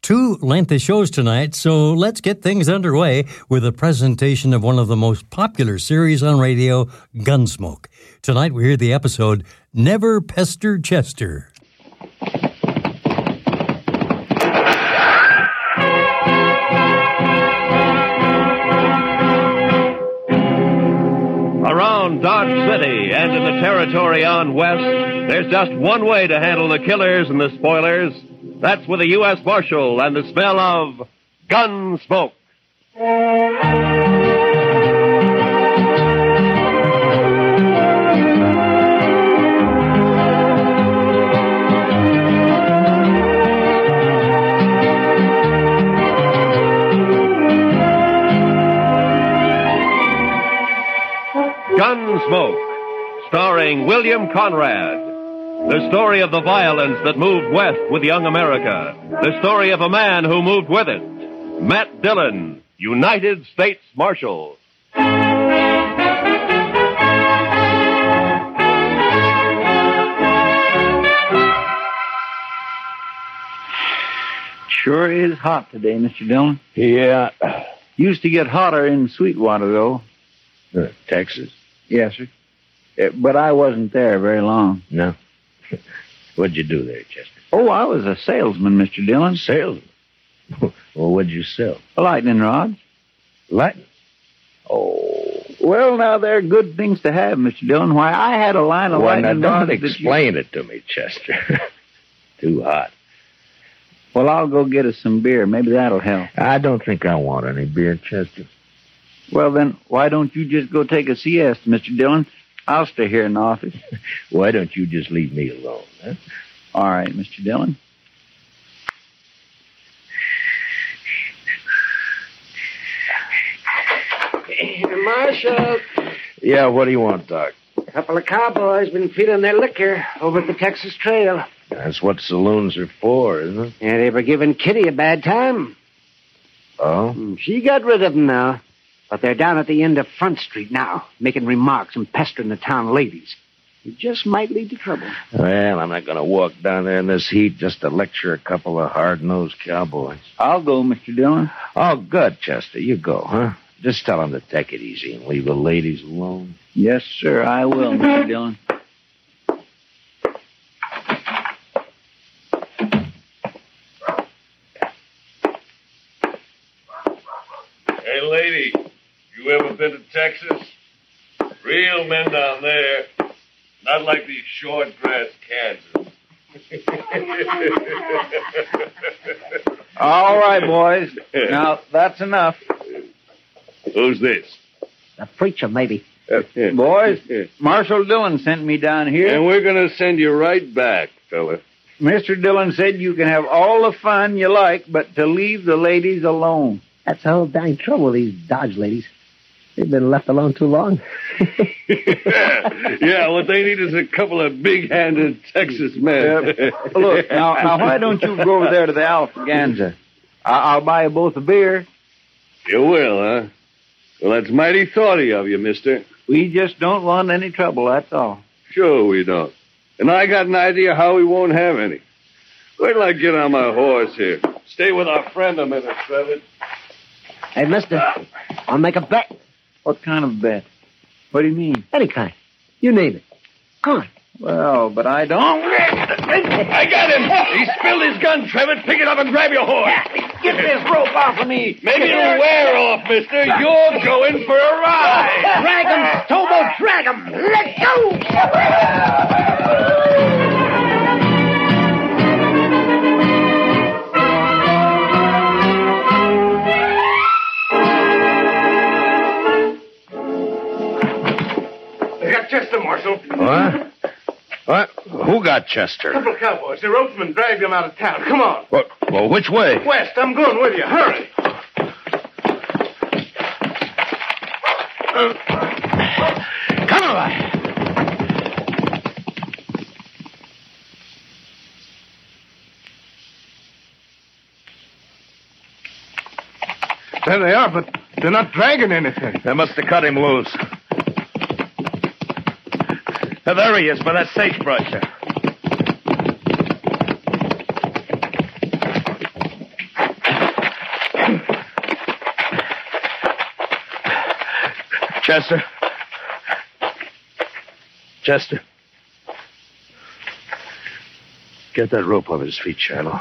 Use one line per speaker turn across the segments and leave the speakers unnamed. Two lengthy shows tonight, so let's get things underway with a presentation of one of the most popular series on radio, Gunsmoke. Tonight we hear the episode Never Pester Chester.
Around Dodge City and in the territory on west, there's just one way to handle the killers and the spoilers. That's with a U.S. Marshal and the smell of gun smoke. Gunsmoke, starring William Conrad. The story of the violence that moved west with young America. The story of a man who moved with it. Matt Dillon, United States Marshal.
Sure is hot today, Mr. Dillon.
Yeah.
Used to get hotter in Sweetwater, though.
Uh, Texas?
Yes, sir. Uh, But I wasn't there very long.
No. What'd you do there, Chester?
Oh, I was a salesman, Mr. Dillon.
Salesman. well, what'd you sell?
Lightning rods.
Lightning.
Oh. Well, now, they're good things to have, Mr. Dillon. Why, I had a line of
Why, now,
lightning rods.
don't
that you-
explain it to me, Chester. Too hot.
Well, I'll go get us some beer. Maybe that'll help.
I don't think I want any beer, Chester.
Well, then, why don't you just go take a siesta, Mr. Dillon? I'll stay here in the office.
Why don't you just leave me alone, huh?
All right, Mr. Dillon.
Marshal,
Yeah, what do you want, Doc?
a couple of cowboys been feeding their liquor over at the Texas Trail.
That's what saloons are for, isn't it?
Yeah, they were giving Kitty a bad time.
Oh?
Mm, She got rid of them now. But they're down at the end of Front Street now, making remarks and pestering the town ladies. It just might lead to trouble.
Well, I'm not going to walk down there in this heat just to lecture a couple of hard-nosed cowboys.
I'll go, Mr. Dillon.
Oh, good, Chester. You go, huh? Just tell them to take it easy and leave the ladies alone.
Yes, sir, I will, Mr. Dillon.
Hey, lady, you ever been to Texas? Real men down there. Not like these short grass Kansas.
All right, boys. Now, that's enough.
Who's this?
The preacher, maybe.
Boys, Marshal Dillon sent me down here.
And we're going to send you right back, fella.
Mr. Dillon said you can have all the fun you like, but to leave the ladies alone.
That's the whole dang trouble with these Dodge ladies. They've been left alone too long.
yeah, what they need is a couple of big-handed Texas men.
Look, now, now why don't you go over there to the Alfaganza? I- I'll buy you both a beer.
you will, huh? Well, that's mighty thoughty of you, mister.
We just don't want any trouble, that's all.
Sure we don't. And I got an idea how we won't have any. Wait till I get on my horse here. Stay with our friend a minute, Trevor.
Hey, mister, I'll make a bet.
What kind of bet? What do you mean?
Any kind. You name it. Come on.
Well, but I don't.
I got him. He spilled his gun, Trevitt. Pick it up and grab your horse.
Get this rope off of me.
Maybe it'll wear off, mister. You're going for a ride.
Drag him, Tobo, drag him. Let go.
They got Chester, Marshal.
What? What? Who got Chester?
Couple of cowboys. The ropesman dragged him out of town. Come on.
Well, well, which way?
West, I'm going with you. Hurry.
Come on!
There they are, but they're not dragging anything.
They must have cut him loose. Now, there he is by that sagebrush. there. Chester. Chester. Get that rope off his feet, Shiloh.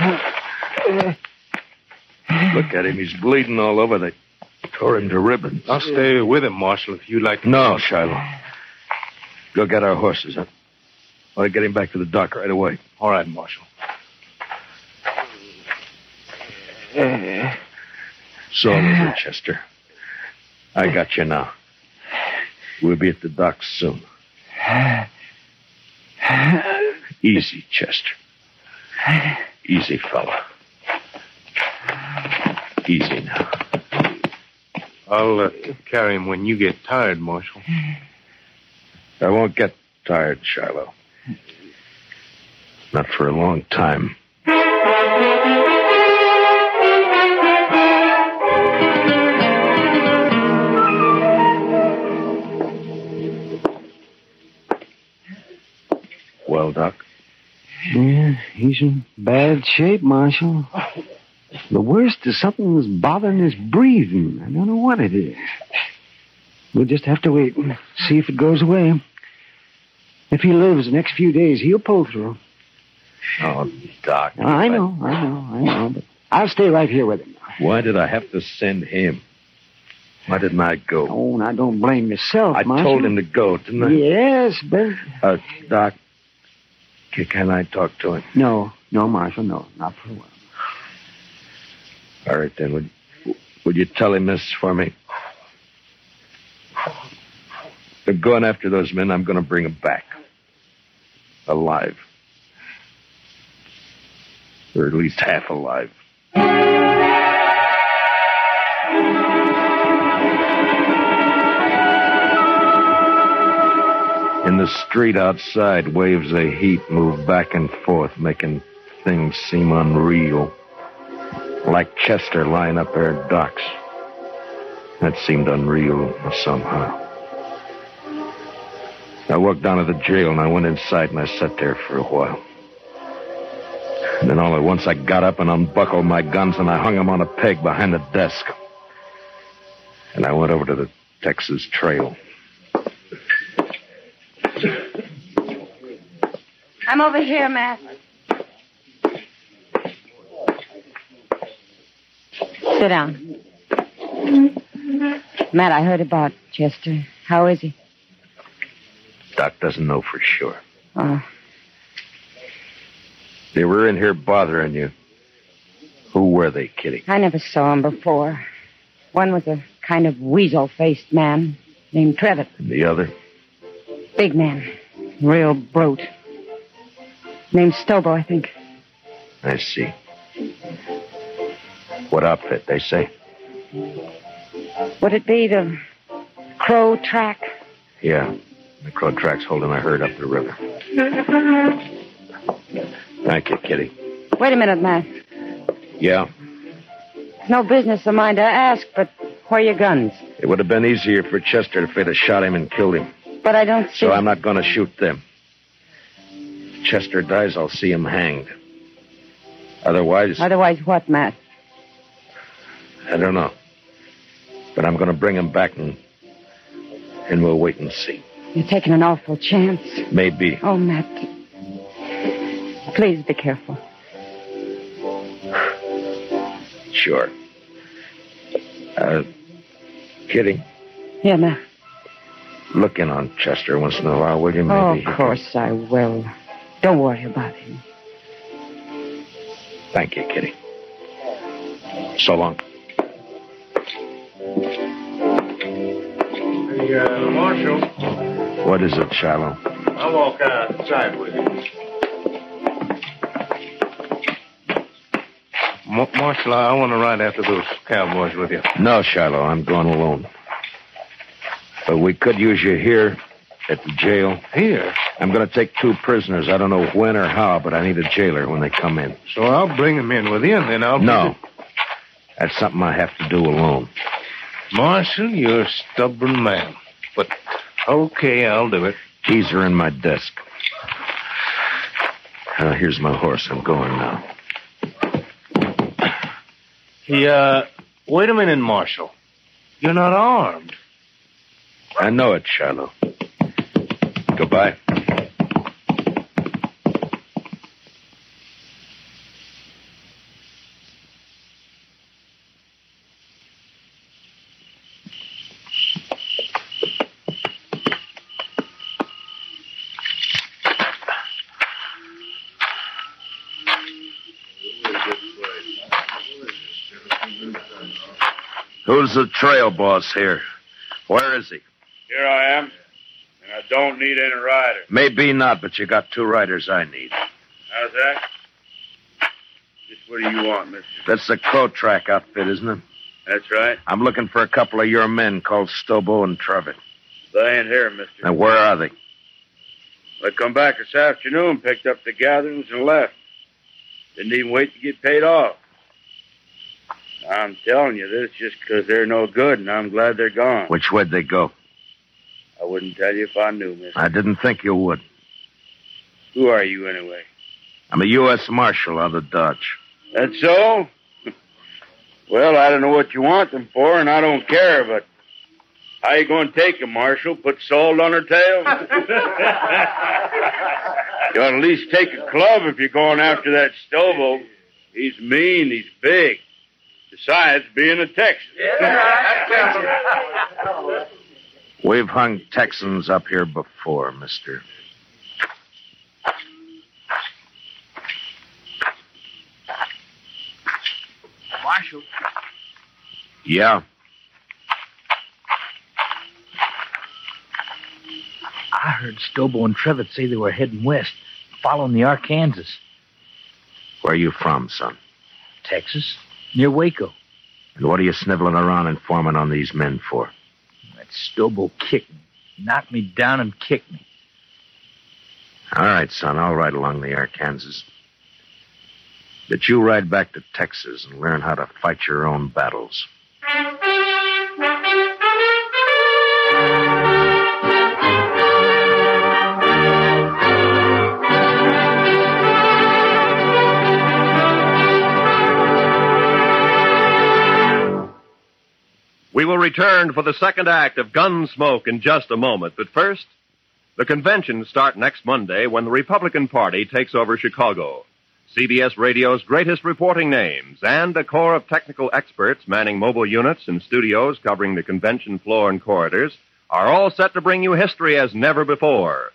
Look at him. He's bleeding all over. They tore him to ribbons.
I'll stay with him, Marshal, if you like.
No, Shiloh. Go get our horses. I want to get him back to the dock right away.
All right, Marshal.
So, Mr. Chester, I got you now. We'll be at the dock soon. Easy, Chester. Easy, fella. Easy now.
I'll uh, carry him when you get tired, Marshal.
I won't get tired, Shiloh. Not for a long time. Well, Doc,
Yeah, he's in bad shape, Marshal. The worst is something that's bothering his breathing. I don't know what it is. We'll just have to wait and see if it goes away. If he lives the next few days, he'll pull through.
oh, Doc.
I know, I know, I know. But I'll stay right here with him.
Why did I have to send him? Why didn't I go?
Oh, now don't blame yourself,
I
Marshal.
told him to go, didn't I?
Yes, but
Uh, Doc, c- can I talk to him?
no, no, Marshal, no, not for a while.
All right, then. Would, would you tell him this for me? They're going after those men. I'm going to bring them back. Alive. Or at least half alive. In the street outside, waves of heat move back and forth, making things seem unreal like Chester lying up there at docks. That seemed unreal somehow. I walked down to the jail and I went inside and I sat there for a while. And then all at once I got up and unbuckled my guns and I hung them on a peg behind the desk. And I went over to the Texas Trail.
I'm over here, Matt. Sit down. Matt, I heard about Chester. How is he?
Doc doesn't know for sure.
Oh,
They were in here bothering you. Who were they, Kitty?
I never saw him before. One was a kind of weasel faced man named Trevitt.
And the other?
Big man. Real brute. Named Stobo, I think.
I see. What outfit, they say?
Would it be the crow track?
Yeah. The crow track's holding a herd up the river. Thank you, Kitty.
Wait a minute, Matt.
Yeah.
It's no business of mine to ask, but where are your guns?
It would have been easier for Chester if they'd have shot him and killed him.
But I don't see.
So I'm not going to shoot them. If Chester dies, I'll see him hanged. Otherwise,
Otherwise, what, Matt?
I don't know. But I'm going to bring him back and, and we'll wait and see.
You're taking an awful chance.
Maybe.
Oh, Matt. Please be careful.
Sure. Uh, Kitty,
Here, Matt.
look in on Chester once in a while, will you? Maybe.
Oh,
he
of
can-
course I will. Don't worry about him.
Oh.
Thank you, Kitty. So long.
Hey, uh, Marshal,
What is it, Shiloh?
I'll walk outside with you.
Mar- Marshal, I want to ride after those cowboys with you.
No, Shiloh, I'm going alone. But we could use you here at the jail.
Here?
I'm going to take two prisoners. I don't know when or how, but I need a jailer when they come in.
So I'll bring them in with you, and then I'll...
No. That's something I have to do alone.
Marshal, you're a stubborn man. But, okay, I'll do it.
Keys are in my desk. Uh, here's my horse. I'm going now.
Yeah, uh, wait a minute, Marshal. You're not armed.
I know it, Shiloh. Goodbye. Who's the trail boss here? Where is he?
Here I am, and I don't need any rider.
Maybe not, but you got two riders I need.
How's that? Just what do you want, mister?
That's the Crow Track outfit, isn't it?
That's right.
I'm looking for a couple of your men called Stobo and Trevitt.
They ain't here, mister.
Now, where are they?
They come back this afternoon, picked up the gatherings, and left. Didn't even wait to get paid off. I'm telling you this just 'cause they're no good, and I'm glad they're gone.
Which way'd they go?
I wouldn't tell you if I knew, miss.
I didn't think you would.
Who are you, anyway?
I'm a U.S. Marshal out of Dodge.
That's so? well, I don't know what you want them for, and I don't care, but how you going to take 'em, Marshal? Put salt on her tail? you ought to at least take a club if you're going after that Stobo. He's mean, he's big. Besides being a Texan.
We've hung Texans up here before, mister.
Marshal.
Yeah,
I heard Stobo and Trevitt say they were heading west, following the Arkansas,
where are you from, son?
Texas, near Waco.
And what are you sniveling around informing on these men for?
That Stobo kicked me, knocked me down and kicked me.
All right, son, I'll ride along the Arkansas. But you ride back to Texas and learn how to fight your own battles.
We will return for the second act of Gunsmoke in just a moment, but first, the conventions start next Monday when the Republican Party takes over Chicago. CBS Radio's greatest reporting names and a corps of technical experts manning mobile units and studios covering the convention floor and corridors are all set to bring you history as never before.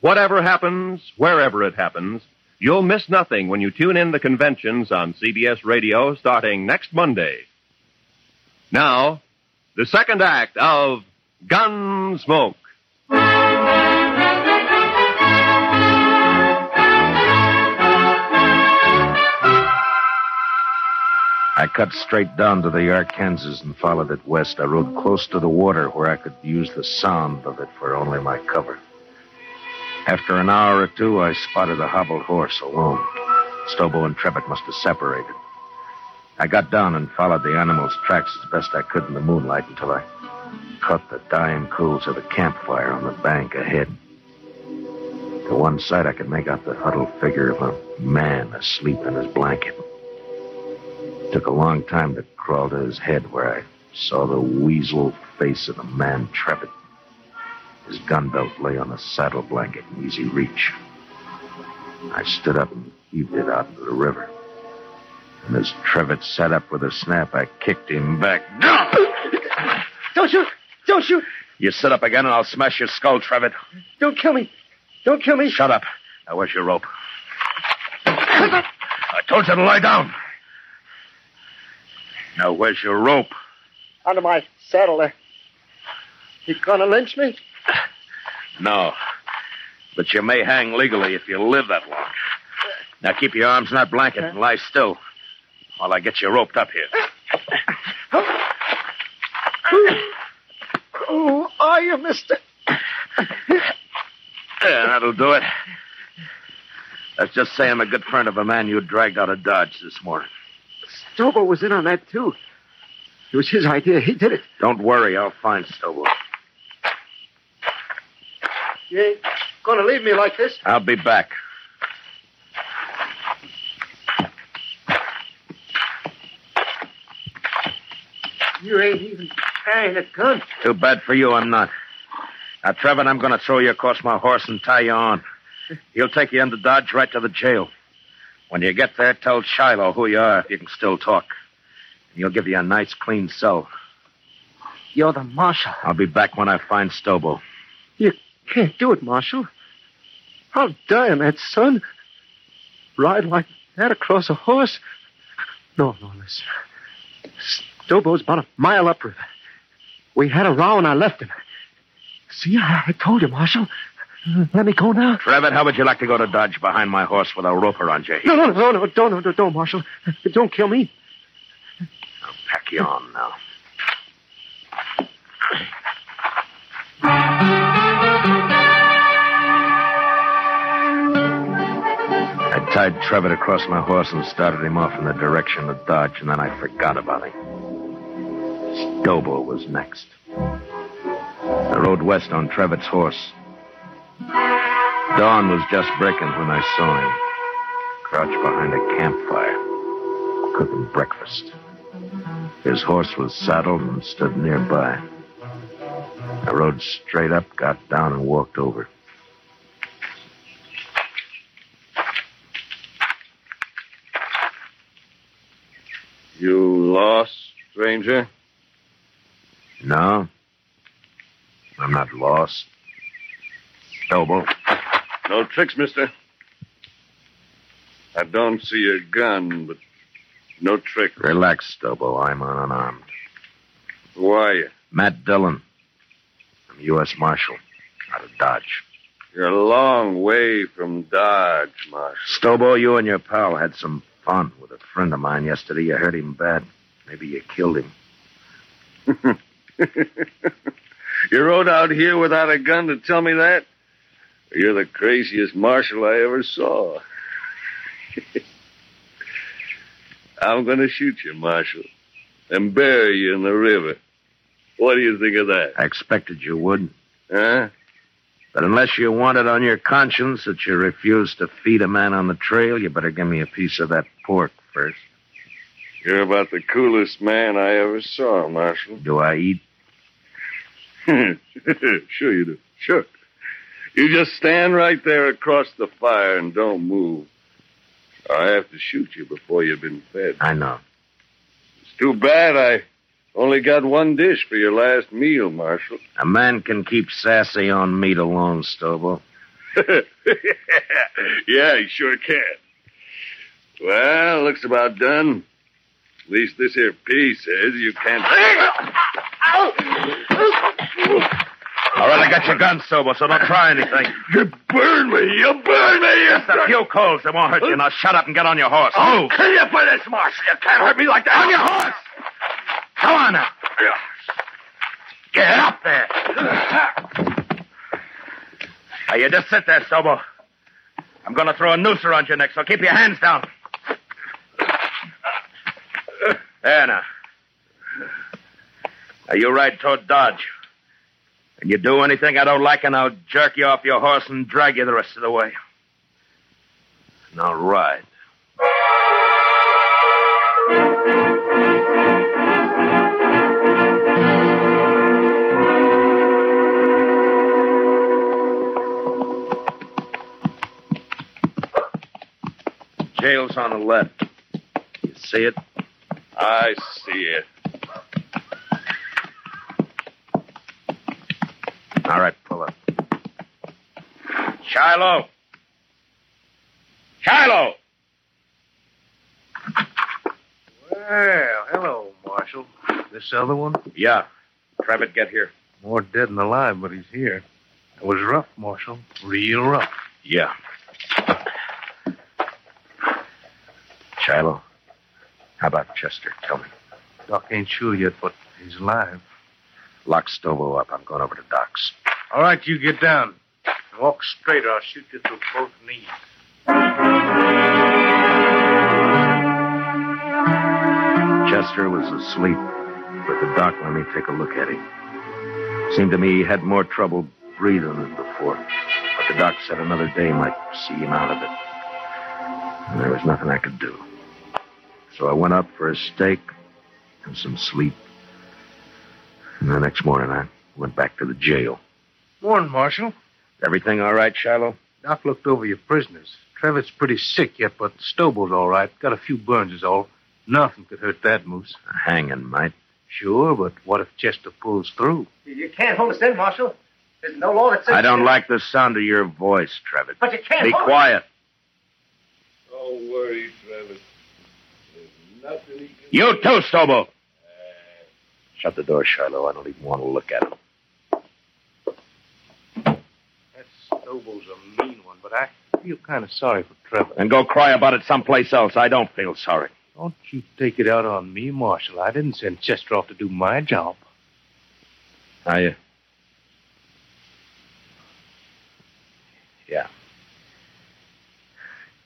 Whatever happens, wherever it happens, you'll miss nothing when you tune in the conventions on CBS Radio starting next Monday. Now, the second act of Gunsmoke.
I cut straight down to the Arkansas and followed it west. I rode close to the water where I could use the sound of it for only my cover. After an hour or two, I spotted a hobbled horse alone. Stobo and Trevitt must have separated. I got down and followed the animal's tracks as best I could in the moonlight until I caught the dying coals of a campfire on the bank ahead. To one side, I could make out the huddled figure of a man asleep in his blanket. Took a long time to crawl to his head where I saw the weasel face of the man Trevitt. His gun belt lay on a saddle blanket in easy reach. I stood up and heaved it out into the river. And as Trevitt sat up with a snap, I kicked him back.
Don't shoot! Don't shoot!
You sit up again and I'll smash your skull, Trevitt.
Don't kill me! Don't kill me!
Shut up. Now, where's your rope? I told you to lie down. Now, where's your rope?
Under my saddle there. You gonna lynch me?
No. But you may hang legally if you live that long. Now keep your arms in that blanket and lie still while I get you roped up here.
Who are you, mister?
There, that'll do it. That's just saying I'm a good friend of a man you dragged out of Dodge this morning.
Stobo was in on that, too. It was his idea. He did it.
Don't worry, I'll find Stowell.
You ain't gonna leave me like this.
I'll be back.
You ain't even carrying a gun.
Too bad for you, I'm not. Now, Trevor, I'm going to throw you across my horse and tie you on. He'll take you into Dodge right to the jail. When you get there, tell Shiloh who you are if you can still talk. And he'll give you a nice, clean cell.
You're the marshal.
I'll be back when I find Stobo.
You can't do it, Marshal. I'll die in that sun. Ride like that across a horse. No, no, listen. Stobo's about a mile upriver. We had a row and I left him. See, I, I told you, Marshal. Let me go now.
Trevor, how would you like to go to Dodge behind my horse with a rope around your head?
No, no, no, no, don't, no, no, don't, Marshal. Don't kill me.
Pack you on now. I tied Trevitt across my horse and started him off in the direction of Dodge, and then I forgot about him. Stobo was next. I rode west on Trevitt's horse. Dawn was just breaking when I saw him, crouched behind a campfire, cooking breakfast. His horse was saddled and stood nearby. I rode straight up, got down, and walked over.
You lost, stranger?
No, I'm not lost. Elbow.
No tricks, mister. I don't see a gun, but no trick.
Relax, Stobo. I'm unarmed.
Who are you?
Matt Dillon. I'm U.S. Marshal out of Dodge.
You're a long way from Dodge, Marshal.
Stobo, you and your pal had some fun with a friend of mine yesterday. You hurt him bad. Maybe you killed him.
You rode out here without a gun to tell me that? You're the craziest marshal I ever saw. I'm going to shoot you, Marshal, and bury you in the river. What do you think of that?
I expected you would.
Huh?
But unless you want it on your conscience that you refuse to feed a man on the trail, you better give me a piece of that pork first.
You're about the coolest man I ever saw, Marshal.
Do I eat?
sure you do. Sure. You just stand right there across the fire and don't move. I have to shoot you before you've been fed.
I know.
It's too bad I only got one dish for your last meal, Marshal.
A man can keep sassy on meat alone, Stobo.
yeah, you sure can. Well, looks about done. At least this here piece says you can't.
All right, I got your gun, Stobo, so don't try anything.
You burn me! You burn me! You
Just a few calls that won't hurt you. Now shut up and get on your horse.
I'll
Move.
kill you for this, Marshal. You can't hurt me like that. On your horse.
Come on now. Get up there. Now, you just sit there, Stobo. I'm going to throw a noose around your neck, so keep your hands down. There now. Now, you ride toward Dodge. And you do anything I don't like, and I'll jerk you off your horse and drag you the rest of the way. Now, ride. Tail's on the left. You see it?
I see it.
All right, pull up.
Shiloh! Shiloh!
Well, hello, Marshal. This other one?
Yeah. Trevitt, get here.
More dead than alive, but he's here. It was rough, Marshal. Real rough.
Yeah. Shiloh, how about Chester? Tell me.
Doc ain't sure yet, but he's alive.
Lock Stobo up. I'm going over to Doc's.
All right, you get down. Walk straight, or I'll shoot you through both knees.
Chester was asleep, but the doc let me take a look at him. Seemed to me he had more trouble breathing than before, but the doc said another day might see him out of it. And there was nothing I could do. So I went up for a steak and some sleep. And the next morning I went back to the jail.
Warren, Marshal.
Everything all right, Shiloh?
Doc looked over your prisoners. Trevor's pretty sick yet, but Stobo's all right. Got a few burns, is all. Nothing could hurt that moose.
A hanging might.
Sure, but what if Chester pulls through?
You can't hold us in, Marshal. There's no law that says.
I don't like the sound of your voice, Trevor.
But you can't
Be
hold-
quiet.
Don't worry, Travis. There's nothing he can
You too, Stobo. Shut the door, Shiloh. I don't even want to look at him.
Stobo's a mean one, but I feel kind of sorry for Trevor.
And go cry about it someplace else. I don't feel sorry.
Don't you take it out on me, Marshal. I didn't send Chester off to do my job.
I. Uh... Yeah.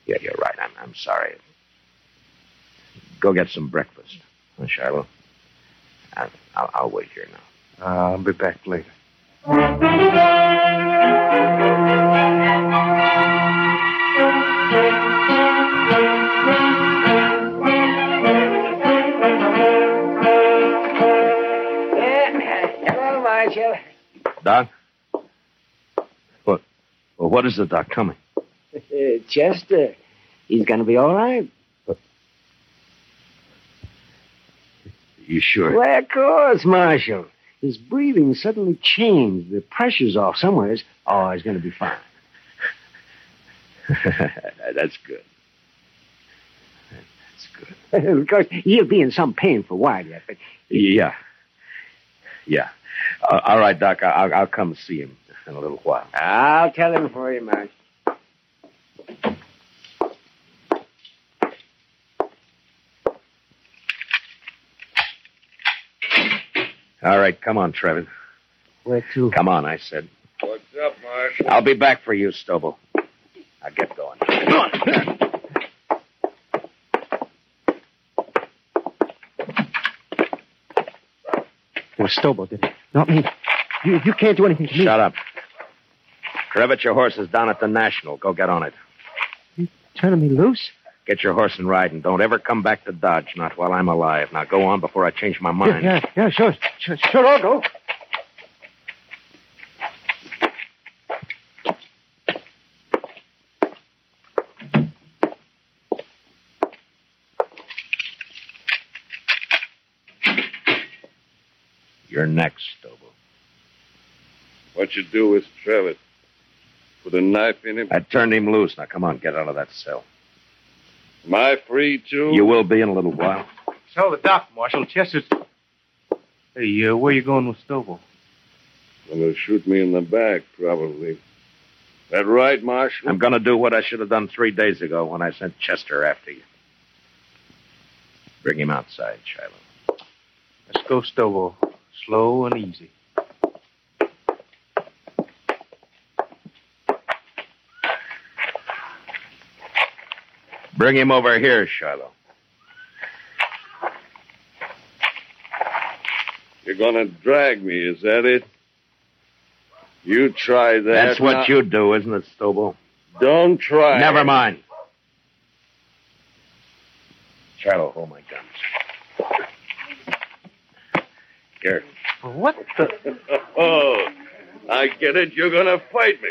Yeah, you're right. I'm, I'm sorry. Go get some breakfast, huh, Shiloh. I, I'll, I'll wait here now.
Ah, I'll be back later.
Hello, Marshal.
Doc? What? Well, what is the doc coming?
Chester, he's going to be all right.
You sure?
Why, of course, Marshal. His breathing suddenly changed. The pressure's off somewheres. Oh, he's going to be fine.
That's good.
of course, he'll be in some pain for a while yet, but
Yeah. Yeah. Uh, all right, Doc. I- I'll, I'll come see him in a little while.
I'll tell him for you, Marshal.
All right, come on, Trevor.
Where to?
Come on, I said.
What's up, Marshal?
I'll be back for you, Stobel. Now get going.
It was Stobo did it, not me. You, you can't do anything to me.
Shut up. Trevitt, your horse is down at the National. Go get on it.
Turning me loose?
Get your horse and ride, and don't ever come back to Dodge, not while I'm alive. Now go on before I change my mind.
Yeah, yeah, yeah, sure, sure, sure, I'll go.
You're next, Stobo.
What you do with Trevitt? Put a knife in him?
I turned him loose. Now come on, get out of that cell.
Am I free, too?
You will be in a little while.
Tell the doc, Marshal. Chester's. Hey, uh, where you going with Stobo?
They're going to shoot me in the back, probably. That right, Marshal?
I'm going to do what I should have done three days ago when I sent Chester after you. Bring him outside, Shiloh.
Let's go, Stobo. Slow and easy.
Bring him over here, Shiloh.
You're going to drag me, is that it? You try that.
That's what
now-
you do, isn't it, Stobo?
Don't try.
Never mind. Shiloh, hold my guns. Here.
What the?
oh, I get it. You're going to fight me.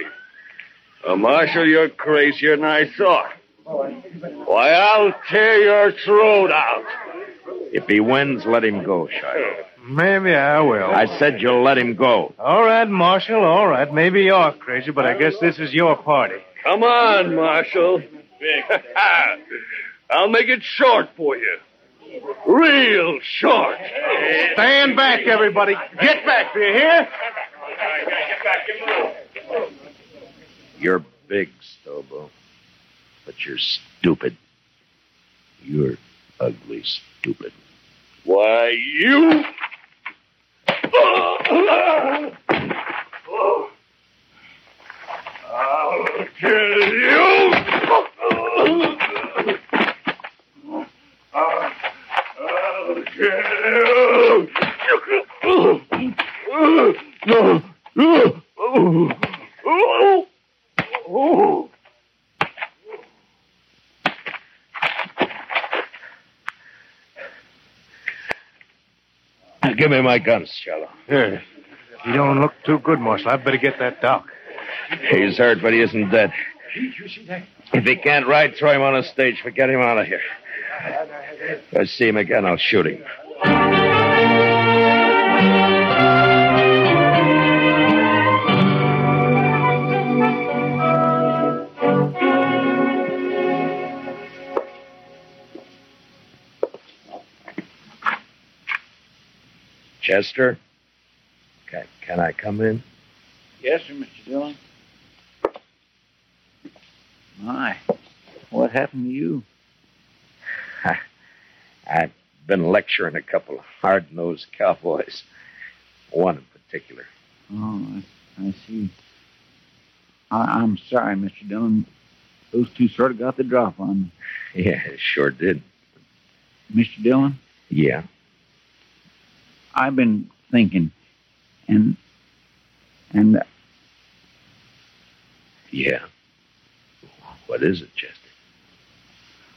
Uh, Marshal, you're crazier than I thought.
Why, I'll tear your throat out.
If he wins, let him go, Shiloh.
Maybe I will.
I said you'll let him go.
All right, Marshal, all right. Maybe you're crazy, but I guess this is your party.
Come on, Marshal. I'll make it short for you. Real short.
Stand back, everybody. Get back, do you hear?
You're big, Stobo. But you're stupid. You're ugly stupid.
Why, you. I'll kill you. I'll kill you. No.
Give me my guns, Shiloh.
Here. You don't look too good, Marshal. I better get that doc.
He's hurt, but he isn't dead. If he can't ride, throw him on a stage. Forget him out of here. If I see him again, I'll shoot him. Chester, can, can I come in?
Yes, sir, Mr. Dillon.
My, what happened to you?
I've been lecturing a couple of hard nosed cowboys, one in particular.
Oh, I, I see. I, I'm sorry, Mr. Dillon. Those two sort of got the drop on
Yeah, sure did.
me. Mr. Dillon,
Yeah.
I've been thinking, and and uh,
Yeah. What is it, Chester?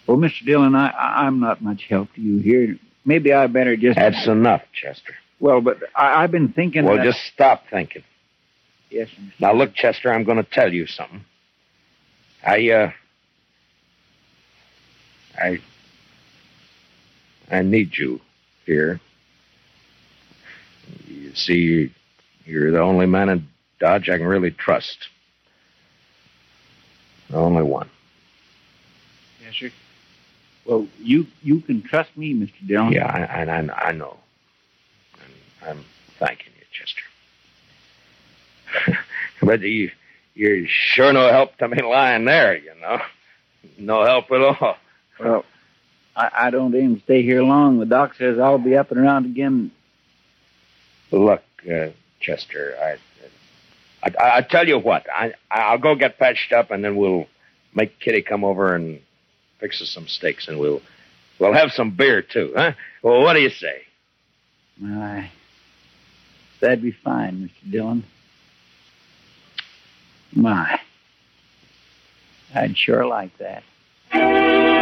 well, Mr. Dillon, I, I I'm not much help to you here. Maybe I better just.
That's enough, Chester.
Well, but I, I've been thinking.
well,
that-
just stop thinking.
yes, sir.
Now, look, Chester, I'm going to tell you something. I, uh. I. I need you here. You see, you're the only man in Dodge I can really trust. The only one.
yes, sir. Well, you you can trust me, Mr. Dillon.
Yeah, I, I, I- I know. I'm, I'm thanking you, Chester. but you, you're sure no help to me lying there, you know. No help at all.
Well, I, I don't aim to stay here long. The doc says I'll be up and around again.
Look, uh, Chester, I, I, I, I tell you what, I, I'll go get patched up, and then we'll make Kitty come over and fix us some steaks, and we'll, we'll have some beer too, huh? Well, what do you say?
Aye. That'd be fine, Mr. Dillon. My. I'd sure like that.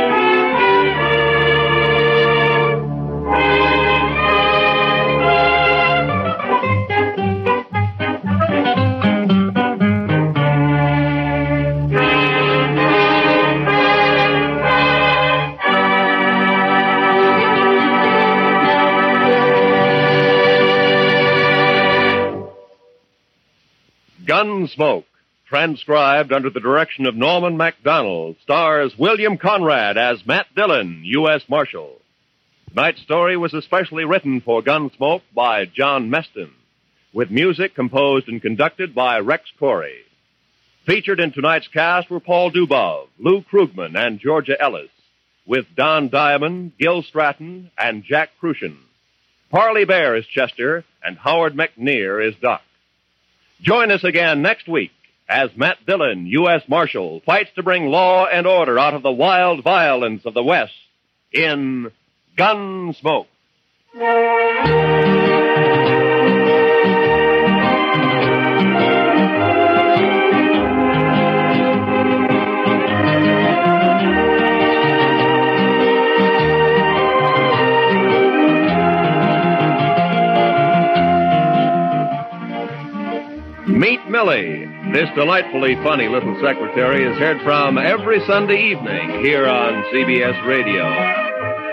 Gunsmoke, transcribed under the direction of Norman MacDonald, stars William Conrad as Matt Dillon, U.S. Marshal. Tonight's story was especially written for Gunsmoke by John Meston, with music composed and conducted by Rex Corey. Featured in tonight's cast were Paul Dubov, Lou Krugman, and Georgia Ellis, with Don Diamond, Gil Stratton, and Jack Crucian. Parley Bear is Chester, and Howard McNear is Doc. Join us again next week as Matt Dillon, U.S. Marshal, fights to bring law and order out of the wild violence of the West in Gunsmoke. Meet Millie, the This delightfully funny little secretary is heard from every Sunday evening here on CBS Radio.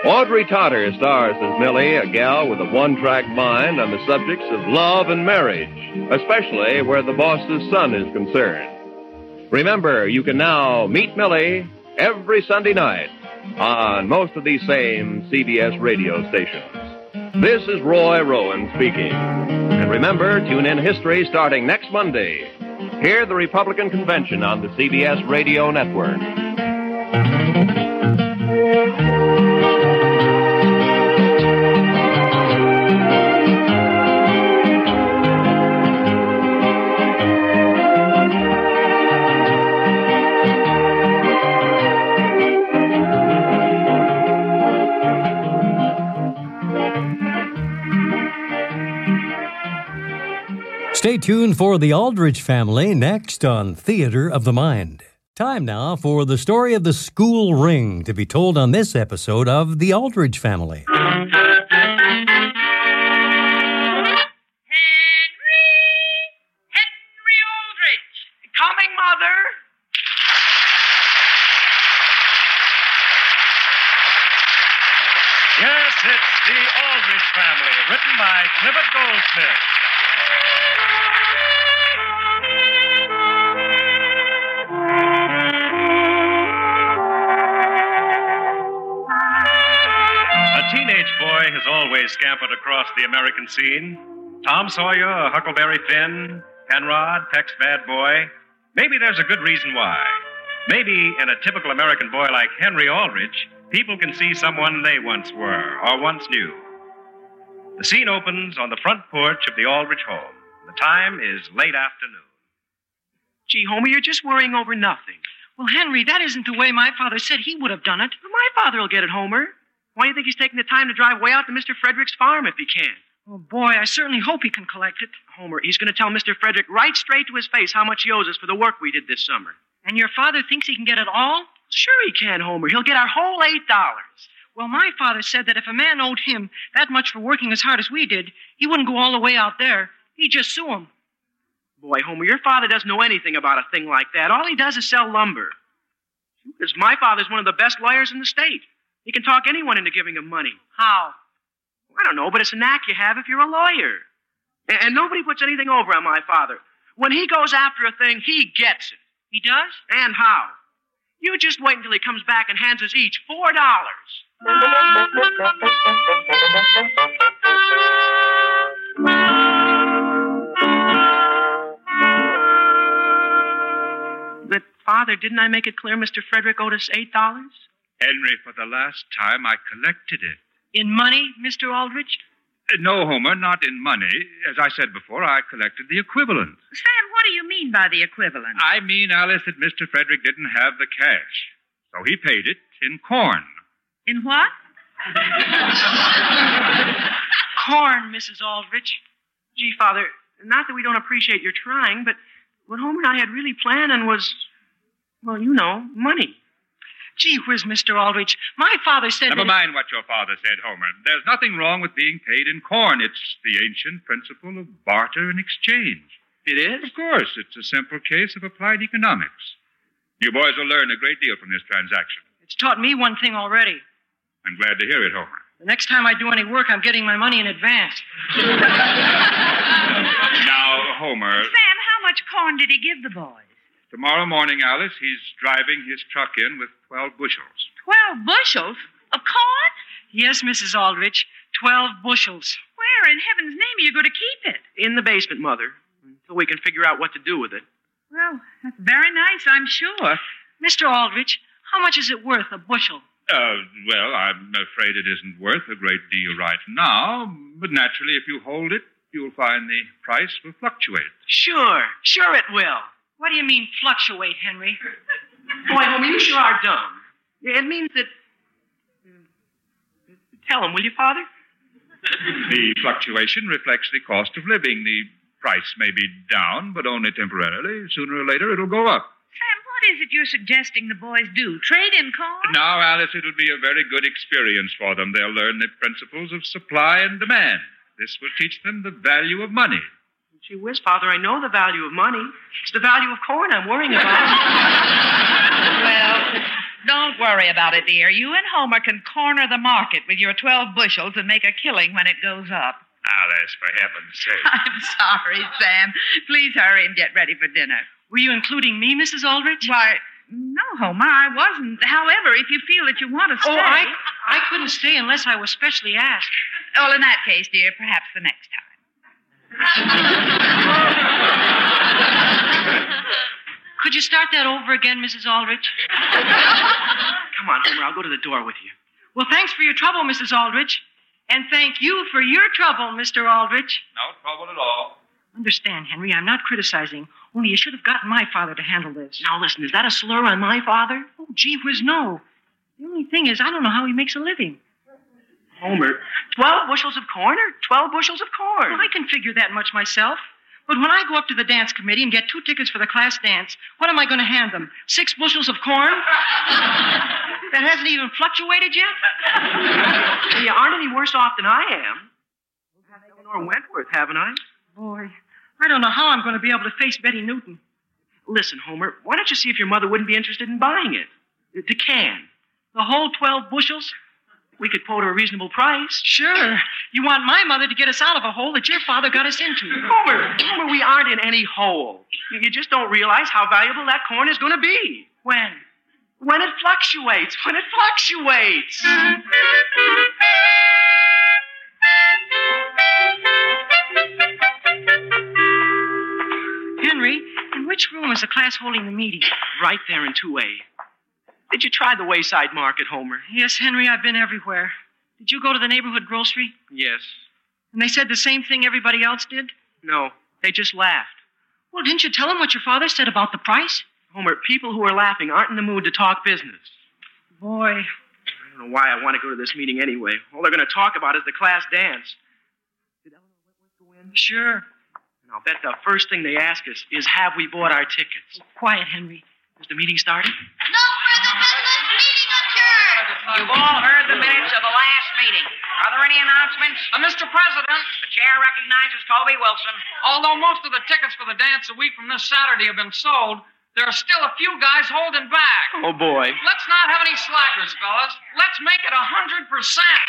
Audrey Totter stars as Millie, a gal with a one track mind on the subjects of love and marriage, especially where the boss's son is concerned. Remember, you can now meet Millie every Sunday night on most of these same CBS radio stations. This is Roy Rowan speaking. And remember, tune in history starting next Monday. Hear the Republican convention on the CBS Radio Network.
Stay tuned for the Aldrich family next on Theater of the Mind. Time now for the story of the school ring to be told on this episode of The Aldrich Family.
Coming, Mother.
Yes, it's The Aldrich Family, written by Clifford Goldsmith. A teenage boy has always scampered across the American scene. Tom Sawyer, Huckleberry Finn, Penrod, Peck's Bad Boy. Maybe there's a good reason why. Maybe in a typical American boy like Henry Aldrich, people can see someone they once were or once knew. The scene opens on the front porch of the Aldrich home. The time is late afternoon.
Gee, Homer, you're just worrying over nothing. Well, Henry, that isn't the way my father said he would have done it. But my father will get it, Homer. Why do you think he's taking the time to drive way out to Mr. Frederick's farm if he can? Oh, boy, I certainly hope he can collect it. Homer, he's going to tell Mr. Frederick right straight to his face how much he owes us for the work we did this summer. And your father thinks he can get it all? Sure he can, Homer. He'll get our whole eight dollars. Well, my father said that if a man owed him that much for working as hard as we did, he wouldn't go all the way out there. He'd just sue him. Boy, Homer, your father doesn't know anything about a thing like that. All he does is sell lumber. Because my father's one of the best lawyers in the state. He can talk anyone into giving him money. How? I don't know, but it's a knack you have if you're a lawyer. A- And, nobody puts anything over on my father. When he goes after a thing, he gets it. He does? And how? You just wait until he comes back and hands us each four dollars. But, Father, didn't I make it clear Mr. Frederick owed us eight dollars?
Henry, for the last time, I collected it.
In money, Mr. Aldrich?
Uh, No, Homer, not in money. As I said before, I collected the equivalent.
Sam, what do you mean by the equivalent?
I mean, Alice, that Mr. Frederick didn't have the cash. So he paid it in corn.
In what?
Corn, Mrs. Aldrich. Gee, Father, not that we don't appreciate your trying, but what Homer and I had really planned and was, well, you know, money. Gee whiz, Mr. Aldrich. My father said.
Never
that-
mind what your father said, Homer. There's nothing wrong with being paid in corn. It's the ancient principle of barter and exchange.
It is?
Of course. It's a simple case of applied economics. You boys will learn a great deal from this transaction.
It's taught me one thing already.
I'm glad to hear it, Homer.
The next time I do any work, I'm getting my money in advance.
Now, Homer.
Sam, how much corn did he give the boys?
Tomorrow morning, Alice, he's driving his truck in with 12 bushels.
Twelve bushels of corn? Yes, Mrs. Aldrich. Twelve bushels.
Where in heaven's name are you going to keep it?
In the basement, Mother, until we can figure out what to do with it.
Well, that's very nice, I'm sure.
Mr. Aldrich, how much is it worth a bushel?
Uh, well, I'm afraid it isn't worth a great deal right now, but naturally, if you hold it, you'll find the price will fluctuate.
Sure, sure it will. What do you mean fluctuate, Henry? Boy, Homer, you sure are dumb. It means that. Tell him, will you, Father?
The fluctuation reflects the cost of living. The price may be down, but only temporarily. Sooner or later, it'll go up.
Sam, what is it you're suggesting the boys do? Trade in corn?
Now, Alice, it'll be a very good experience for them. They'll learn the principles of supply and demand. This will teach them the value of money.
Gee whiz, Father, I know the value of money. It's the value of corn I'm worrying about.
Well, don't worry about it, dear. You and Homer can corner the market with your 12 bushels and make a killing when it goes up.
Now, that's for heaven's sake.
I'm sorry, Sam. Please hurry and get ready for dinner. Were you including me, Mrs. Aldrich? Why, no, Homer, I wasn't. However, if you feel that you want to stay.
Oh, I, I couldn't stay unless I was specially asked.
Well, in that case, dear, perhaps the next time.
Could you start that over again, Mrs. Aldrich? Come on, Homer, I'll go to the door with you. Well, thanks for your trouble, Mrs. Aldrich. And thank you for your trouble, Mr. Aldrich.
No trouble at all.
Understand, Henry, I'm not criticizing. Only you should have gotten my father to handle this. Now, listen, is that a slur on my father? Oh, gee whiz, no. The only thing is, I don't know how he makes a living.
Homer.
Twelve bushels of corn or twelve bushels of corn? Well, I can figure that much myself. But when I go up to the dance committee and get two tickets for the class dance, what am I going to hand them? Six bushels of corn? that hasn't even fluctuated yet? Well, you aren't any worse off than I am. I've had Eleanor Wentworth, haven't I? Boy, I don't know how I'm going to be able to face Betty Newton. Listen, Homer, why don't you see if your mother wouldn't be interested in buying it? The- The can. The whole 12 bushels? We could quote her a reasonable price. Sure. You want my mother to get us out of a hole that your father got us into. Homer, Homer, Oh, we aren't in any hole. You, you just don't realize how valuable that corn is going to be. When? When it fluctuates. When it fluctuates. Henry, in which room is the class holding the meeting? Right there in 2A. Did you try the Wayside Market, Homer? Yes, Henry, I've been everywhere. Did you go to the neighborhood grocery?
Yes.
And they said the same thing everybody else did? No, they just laughed. Well, didn't you tell them what your father said about the price? Homer, people who are laughing aren't in the mood to talk business. Boy. I don't know why I want to go to this meeting anyway. All they're going to talk about is the class dance. Did Eleanor Wentworth go in? Sure. And I'll bet the first thing they ask us is, have we bought our tickets? Oh, quiet, Henry. Is the meeting started?
You've all heard the minutes of the last meeting. Are there any announcements?
Uh,
Mr. President. The chair recognizes Toby Wilson.
Although most of the tickets for the dance a week from this Saturday have been sold, there are still a few guys holding back.
Oh, boy.
Let's not have any slackers, fellas. Let's make it a hundred percent.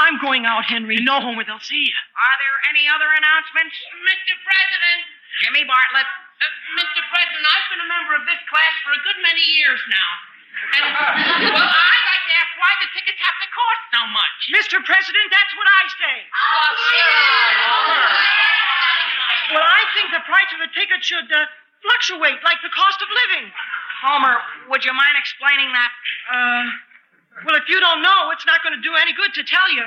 I'm going out, Henry. No, Homer, they'll see you.
Are there any other announcements? Mr. President. Jimmy Bartlett. Mr. President, I've been a member of this class for a good many years now. And, well, I'd like to ask why the tickets have to cost so much.
Mr. President, that's what I say. Well, I think the price of the ticket should uh, fluctuate like the cost of living. Homer, would you mind explaining that? Uh, well, if you don't know, it's not going to do any good to tell you.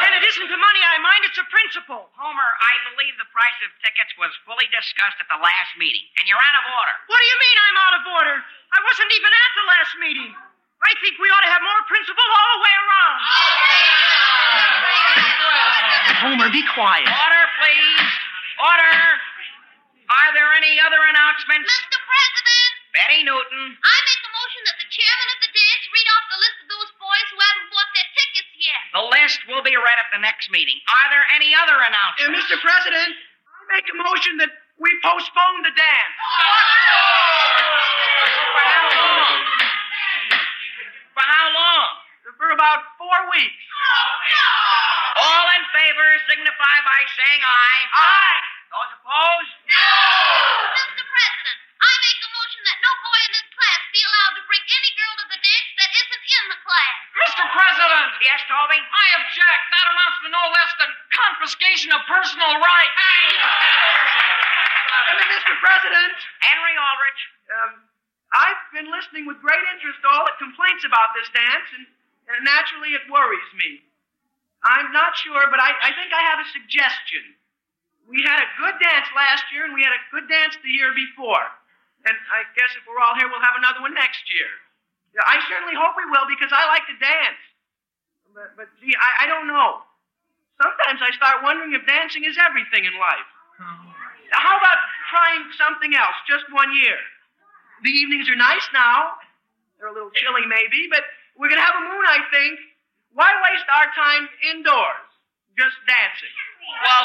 And it isn't the money I mind, it's a principle.
Homer, I believe the price of tickets was fully discussed at the last meeting, and you're out of order.
What do you mean I'm out of order? I wasn't even at the last meeting. I think we ought to have more principle all the way around. Homer, be quiet.
Order, please. Order. Are there any other announcements? Mr. President. Betty Newton.
I make a motion that the chairman of the dance read off the list of those boys who haven't bought their tickets yet.
The list will be read at the next meeting. Are there any other announcements?
Mr. President, I make a motion that we postpone the dance.
For how long? For how long?
For about four weeks.
All in favor signify by saying aye. Aye. Those opposed?
Mr. President, I make a motion that no boy in this class be allowed to bring any girl to the dance that isn't in the class.
Mr. President!
Yes, Toby?
I object. That amounts to no less than confiscation of personal rights.
Mr. President.
Henry Aldrich.
Um, I've been listening with great interest to all the complaints about this dance, and, and naturally it worries me. I'm not sure, but I, I think I have a suggestion. We had a good dance last year, and we had a good dance the year before. And I guess if we're all here, we'll have another one next year. Yeah, I certainly hope we will, because I like to dance. But, but gee, I, I don't know. Sometimes I start wondering if dancing is everything in life. How about trying something else, just one year? The evenings are nice now. They're a little chilly, maybe, but we're going to have a moon, I think. Why waste our time indoors? Just dancing.
Well,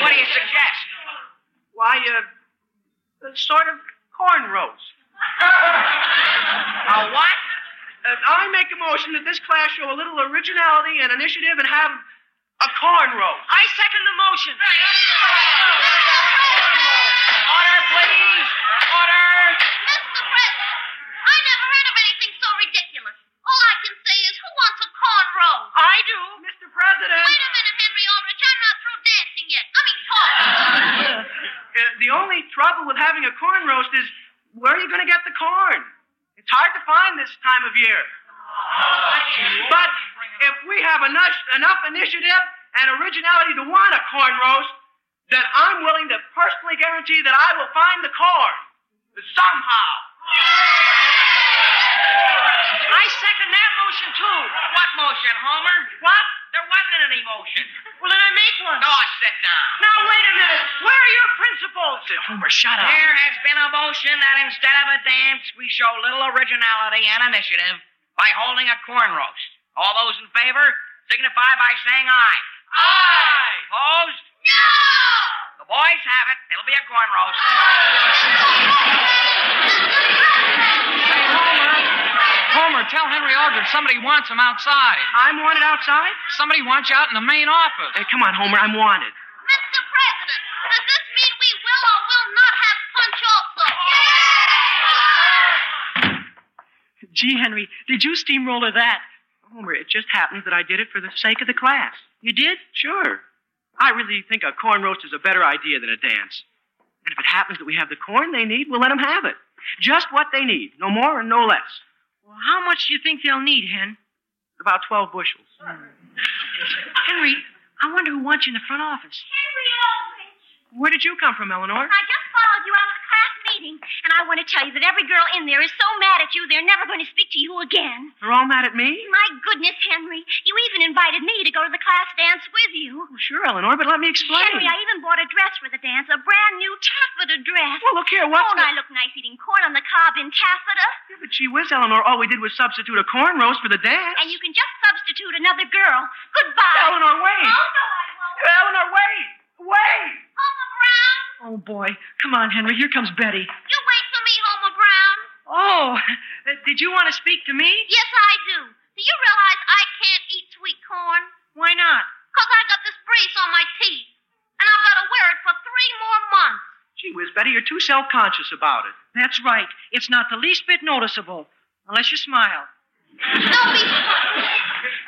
what do you suggest?
Why, uh, a sort of cornrows. a what? Uh, I make a motion that this class show a little originality and initiative and have a cornrow. I second the motion.
Order, please. Order.
Mr. President, I never heard of anything so ridiculous. All I can say is, who wants a cornrow?
I do, Mr. President.
Wait a minute, Henry Aldrich. I'm not through dancing yet. I mean, talking.
Uh, the only trouble with having a corn roast is where are you going to get the corn? It's hard to find this time of year. But if we have enough, enough initiative and originality to want a corn roast, then I'm willing to personally guarantee that I will find the corn. Somehow.
I second that motion, too. What motion, Homer? What? There wasn't any motion.
Well, then I make one.
Oh, sit down.
Now, wait a minute. Where are your principles? Homer, shut up.
There has been a motion that instead of a dance, we show little originality and initiative by holding a corn roast. All those in favor signify by saying aye. Aye. Opposed? No. The boys have it. It'll be a corn roast. Hey, Homer. Homer, tell Henry Aldrich somebody wants him outside.
I'm wanted outside?
Somebody wants you out in the main office.
Hey, come on, Homer. I'm wanted.
Mr. President, does this mean we will or will not have punch also?
Gee, Henry, did you steamroller that? Homer, it just happens that I did it for the sake of the class. You did? Sure. I really think a corn roast is a better idea than a dance. And if it happens that we have the corn they need, we'll let them have it. Just what they need, no more and no less.
Well, how much do you think they'll need, Hen?
About 12 bushels.
Henry, I wonder who wants you in the front office.
Henry Aldrich.
Where did you come from, Eleanor?
I just followed you out of the class meeting, and I want to tell you that every girl in there is so mad at you they're never going to speak to you again.
They're all mad at me?
My goodness, Henry, you even invited me to go to the class dance with you.
Sure, Eleanor, but let me explain.
Henry, I even bought a dress for the dance, a brand new taffeta dress.
Well, look here, what's
Don't
the-
I look nice eating corn on the cob in taffeta?
Yeah, but gee whiz, Eleanor, all we did was substitute a corn roast for the dance.
And you can just substitute another girl. Goodbye.
Eleanor, wait.
Oh, no, I won't.
Eleanor, wait. Wait.
Oh, boy. Come on, Henry. Here comes Betty.
You wait for me, Homer Brown.
Oh, did you want to speak to me?
Yes, I do. Do you realize I can't eat sweet corn?
Why not?
Because I got this brace on my teeth. And I've got to wear it for three more months.
Gee whiz, Betty, you're too self conscious about it.
That's right. It's not the least bit noticeable, unless you smile.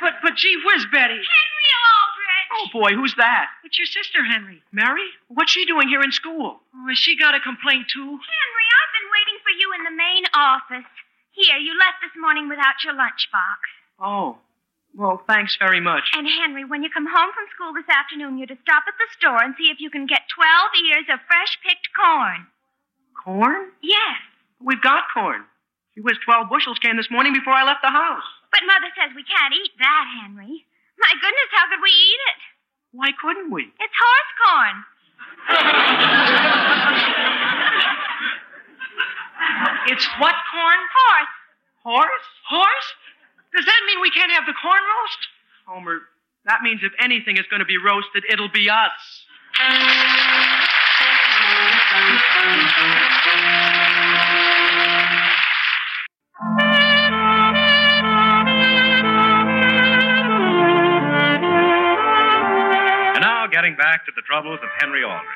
But, but gee whiz, Betty.
Henry Aldrich.
Oh, boy, who's that?
It's your sister, Henry.
Mary? What's she doing here in school?
Oh, has she got a complaint, too?
Henry, I've been waiting for you in the main office. Here, you left this morning without your lunchbox.
Oh. Well, thanks very much.
And Henry, when you come home from school this afternoon, you're to stop at the store and see if you can get 12 ears of fresh picked corn.
Corn?
Yes,
We've got corn. She was 12 bushels came this morning before I left the house.
but Mother says we can't eat that, Henry. My goodness, how could we eat it?
Why couldn't we?
It's horse corn.
It's what corn?
Horse.
Horse? Horse? Does that mean we can't have the corn roast? Homer, that means if anything is going to be roasted, it'll be us.
And now, getting back to the troubles of Henry Aldrich.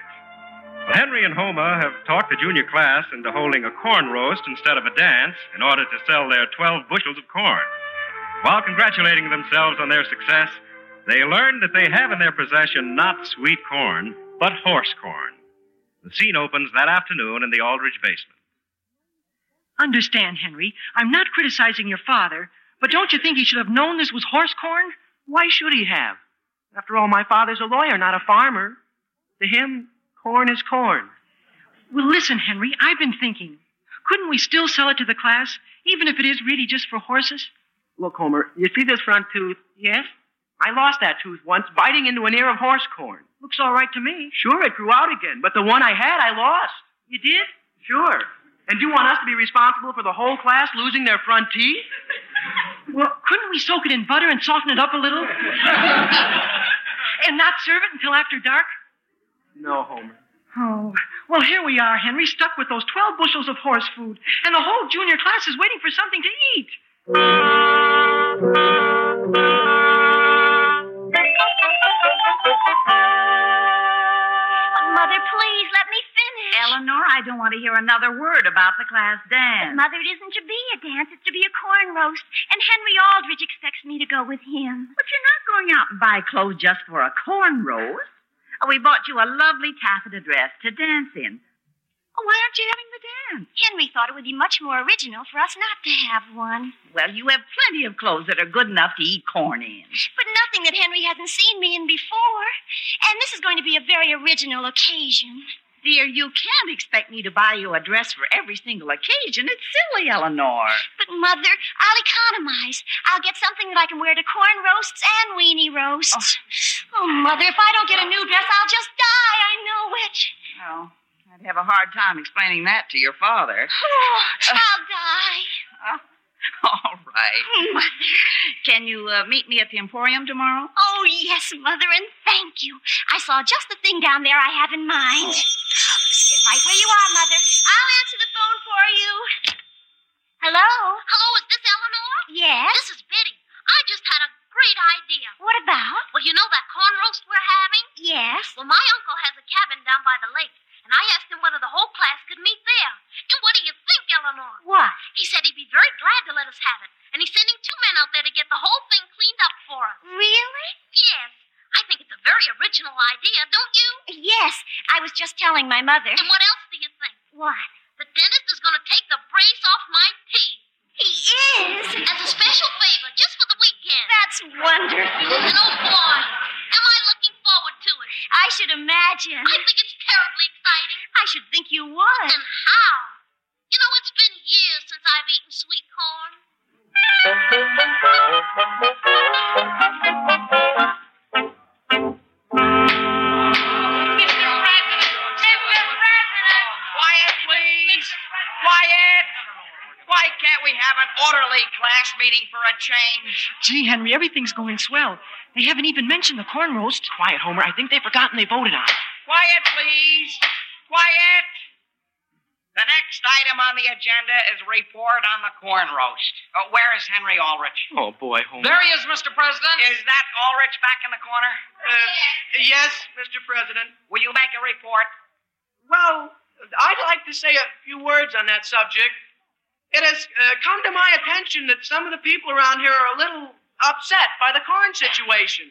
Well, Henry and Homer have talked the junior class into holding a corn roast instead of a dance in order to sell their 12 bushels of corn. While congratulating themselves on their success, they learn that they have in their possession not sweet corn, but horse corn. The scene opens that afternoon in the Aldrich basement.
Understand, Henry. I'm not criticizing your father, but don't you think he should have known this was horse corn?
Why should he have? After all, my father's a lawyer, not a farmer. To him, corn is corn.
Well, listen, Henry, I've been thinking. Couldn't we still sell it to the class, even if it is really just for horses?
Look, Homer, you see this front tooth? Yes. I lost that tooth once biting into an ear of horse corn.
Looks all right to me.
Sure, it grew out again, but the one I had, I lost.
You did?
Sure. And you want us to be responsible for the whole class losing their front teeth?
Well, couldn't we soak it in butter and soften it up a little? And not serve it until after dark?
No, Homer.
Oh, well, here we are, Henry, stuck with those 12 bushels of horse food. And the whole junior class is waiting for something to eat.
Mother, please let me finish.
Eleanor, I don't want to hear another word about the class dance.
Mother, it isn't to be a dance, it's to be a corn roast. And Henry Aldrich expects me to go with him.
But you're not going out and buy clothes just for a corn roast. Oh, we bought you a lovely taffeta dress to dance in. Oh, why aren't you having the dance?
Henry thought it would be much more original for us not to have one.
Well, you have plenty of clothes that are good enough to eat corn in.
But nothing that Henry hasn't seen me in before. And this is going to be a very original occasion.
Dear, you can't expect me to buy you a dress for every single occasion. It's silly, Eleanor.
But, Mother, I'll economize. I'll get something that I can wear to corn roasts and weenie roasts. Oh, Mother, if I don't get a new dress, I'll just die. I know it.
Oh, I'd have a hard time explaining that to your father.
Oh,
Uh.
I'll die.
All right. Can you uh, meet me at the Emporium tomorrow?
Oh, yes, Mother, and thank you. I saw just the thing down there I have in
Oh.
mind. Sit right where you are, Mother. I'll answer the phone for you. Hello?
Hello, is this Eleanor?
Yes?
This is Biddy. I just had a great idea.
What about?
Well, you know that corn roast we're having?
Yes?
Well, my uncle has a cabin down by the lake, and I asked him whether the whole class could meet there. And what do you think, Eleanor?
What?
He said he'd be very glad to let us have it, and he's sending two men out there to get the whole thing cleaned up for us.
Really?
Yes. I think it's a very original idea, don't you?
Yes, I was just telling my mother.
And what else do you think?
What?
The dentist is going to take the brace off my teeth.
He is?
As a special favor, just for the weekend.
That's wonderful.
And oh boy, am I looking forward to it.
I should imagine.
I think it's terribly exciting.
I should think you would.
And how? You know, it's been years since I've eaten sweet corn.
Quiet, please. Quiet. Why can't we have an orderly class meeting for a change?
Gee, Henry, everything's going swell. They haven't even mentioned the corn roast. Quiet, Homer. I think they've forgotten they voted on it.
Quiet, please. Quiet. The next item on the agenda is report on the corn roast. Uh, where is Henry Ulrich?
Oh, boy, Homer.
There he is, Mr. President. Is that Ulrich back in the corner?
Uh,
yes. yes, Mr. President. Will you make a report?
Well, I'd like to say a few words on that subject. It has uh, come to my attention that some of the people around here are a little upset by the corn situation.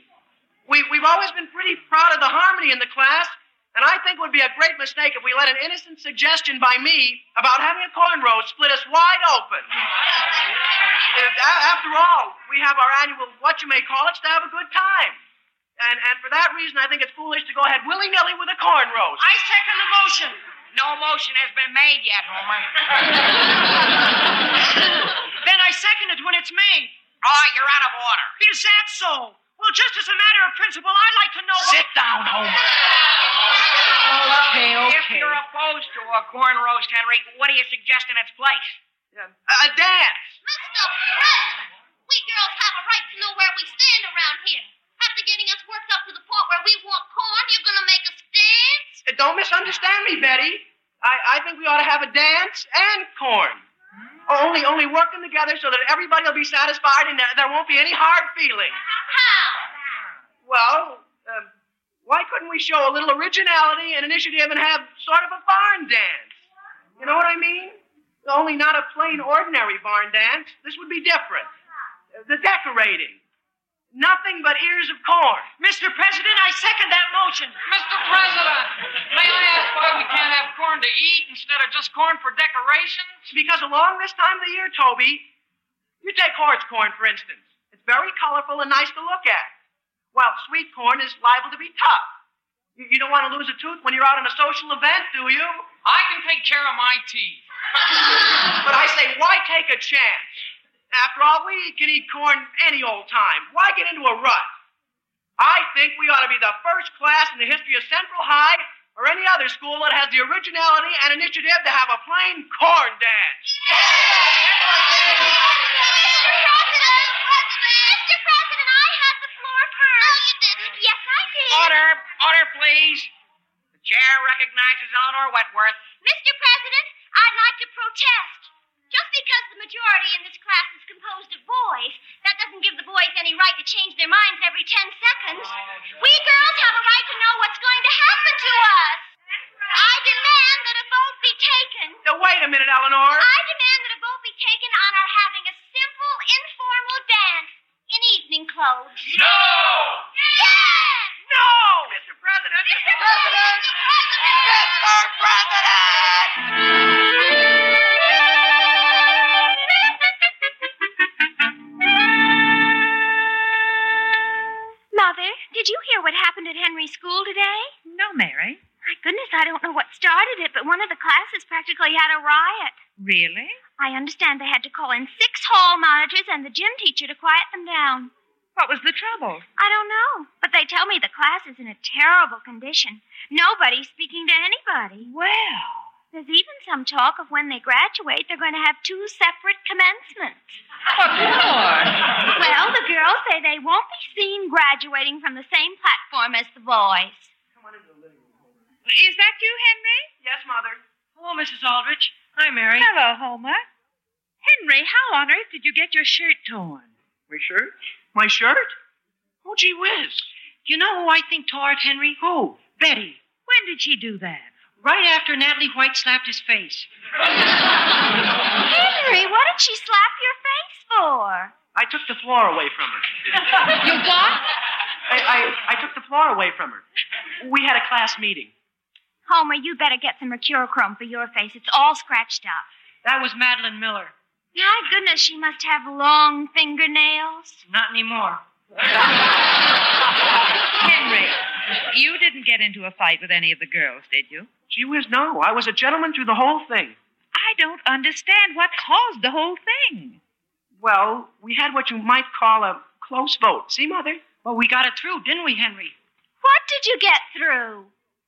We, we've always been pretty proud of the harmony in the class, and I think it would be a great mistake if we let an innocent suggestion by me about having a corn roast split us wide open. If- a- after all, we have our annual what you may call it to have a good time. And, and for that reason, I think it's foolish to go ahead willy nilly with a corn roast.
I second the motion. No motion has been made yet, Homer.
then I second it when it's made.
Oh, you're out of order.
Is that so? Well, just as a matter of principle, I'd like to know.
Sit down, Homer.
Okay,
If
okay.
you're opposed to a corn roast, Henry, what do you suggest in its place?
A dance.
Mr. President, we girls have a right to know where we stand around here. After getting us worked up to the point where we want corn, you're going to make us dance?
Uh, Don't misunderstand me, Betty. I, I think we ought to have a dance and corn. O- Only, only work them together so that everybody will be satisfied and there, there won't be any hard feelings. Well, um, why couldn't we show a little originality and initiative and have sort of a barn dance? You know what I mean? Only not a plain, ordinary barn dance. This would be different. Uh, The decorating. Nothing but ears of corn. Mr. President, I second that motion.
Mr. President, may I ask why we can't have corn to eat instead of just corn for decoration?
It's because along this time of the year, Toby, you take horse corn, for instance. It's very colorful and nice to look at. While sweet corn is liable to be tough. You, you don't want to lose a tooth when you're out on a social event, do you?
I can take care of my teeth.
But I say, why take a chance? After all, we can eat corn any old time. Why get into a rut? I think we ought to be the first class in the history of Central High or any other school that has the originality and initiative to have a plain corn dance.
Mr. President! Mr. President, I have the floor first. No, Oh, you didn't.
Yes, I did.
Order, order, please. The chair recognizes Eleanor Wentworth.
Mr. President, I'd like to protest. Just because the majority in this class is composed of boys, that doesn't give the boys any right to change their minds every ten seconds. We girls have a right to know what's going to happen to us. I demand that a vote be taken.
Now, wait a minute, Eleanor.
I demand that a vote be taken on our having a simple, informal dance in evening clothes.
No!
Yes!
No! Mr. President! Mr. President! Mr. President!
Mother, did you hear what happened at Henry's school today?
No, Mary.
My goodness, I don't know what started it, but one of the classes practically had a riot.
Really?
I understand they had to call in six hall monitors and the gym teacher to quiet them down.
What was the trouble?
I don't know, but they tell me the class is in a terrible condition. Nobody's speaking to anybody.
Well.
There's even some talk of when they graduate, they're going to have two separate commencements.
What for?
Well, the girls say they won't be seen graduating from the same platform as the boys.
Is that you, Henry?
Yes, Mother.
Oh,
Hello, Mrs. Aldrich. Hi, Mary.
Hello, Homer. Henry, how on earth did you get your shirt torn?
My shirt? My shirt? Oh, gee whiz. You know who I think tore it, Henry? Who? Betty.
When did she do that?
Right after Natalie White slapped his face.
Henry, what did she slap your face for?
I took the floor away from her.
You what?
I, I, I took the floor away from her. We had a class meeting.
Homer, you better get some mercurochrome for your face. It's all scratched up.
That was Madeline Miller.
My goodness, she must have long fingernails.
Not anymore.
Henry, you didn't get into a fight with any of the girls, did you?
Gee whiz, no. I was a gentleman through the whole thing.
I don't understand what caused the whole thing.
Well, we had what you might call a close vote. See, Mother? Well, we got it through, didn't we, Henry?
What did you get through?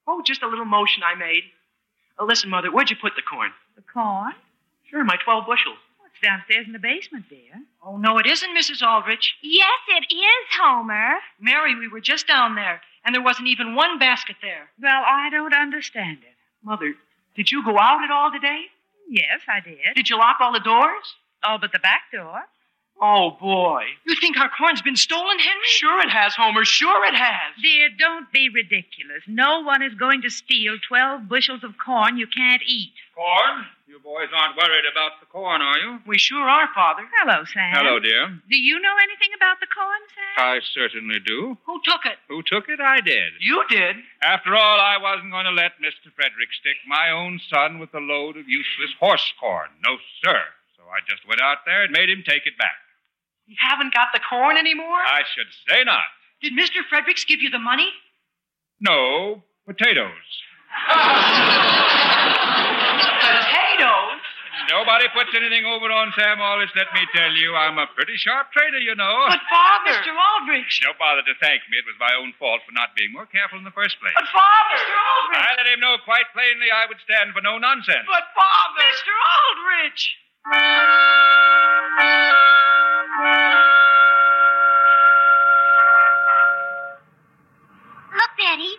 Oh, just a little motion I made. Uh, listen, Mother, where'd you put the corn?
The corn? Oh,
Sure, my 12 bushels.
It's downstairs in the basement, dear.
Oh, no, it isn't, Mrs. Aldrich.
Yes, it is, Homer.
Mary, we were just down there, and there wasn't even one basket there.
Well, I don't understand it.
Mother, did you go out at all today?
Yes, I did.
Did you lock all the doors?
Oh, but the back door.
Oh, boy.
You think our corn's been stolen, Henry?
Sure it has, Homer. Sure it has.
Dear, don't be ridiculous. No one is going to steal 12 bushels of corn you can't eat.
Corn? You boys aren't worried about the corn, are you?
We sure are, Father.
Hello, Sam.
Hello, dear.
Do you know anything about the corn, Sam?
I certainly do.
Who took it?
Who took it? I did.
You did?
After all, I wasn't going to let Mr. Frederick stick my own son with a load of useless horse corn. No, sir. So I just went out there and made him take it back.
You haven't got the corn anymore?
I should say not.
Did Mr. Fredericks give you the money?
No, potatoes.
Potatoes?
Nobody puts anything over on Sam Aldrich, let me tell you. I'm a pretty sharp trader, you know.
But, Father. Mr. Aldrich.
Don't bother to thank me. It was my own fault for not being more careful in the first place.
But, Father. Mr. Aldrich.
I let him know quite plainly I would stand for no nonsense.
But, Father.
Mr. Aldrich.
Look, Betty.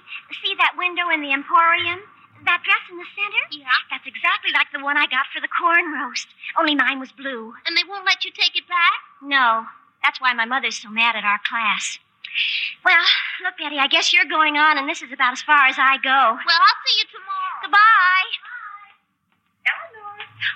See that window in the Emporium? That dress in the center? Yeah. That's exactly like the one I got for the corn roast. Only mine was blue. And they won't let you take it back? No. That's why my mother's so mad at our class. Well, look, Betty, I guess you're going on, and this is about as far as I go. Well, I'll see you tomorrow. Goodbye.
Eleanor.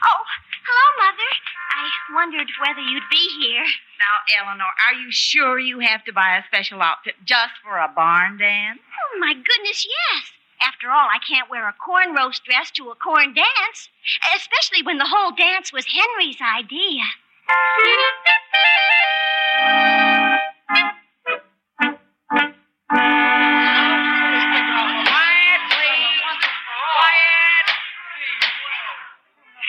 Oh, hello, Mother. I wondered whether you'd be here.
Now, Eleanor, are you sure you have to buy a special outfit just for a barn dance?
Oh, my goodness, yes. After all, I can't wear a corn roast dress to a corn dance, especially when the whole dance was Henry's idea.
Quiet, please. Quiet.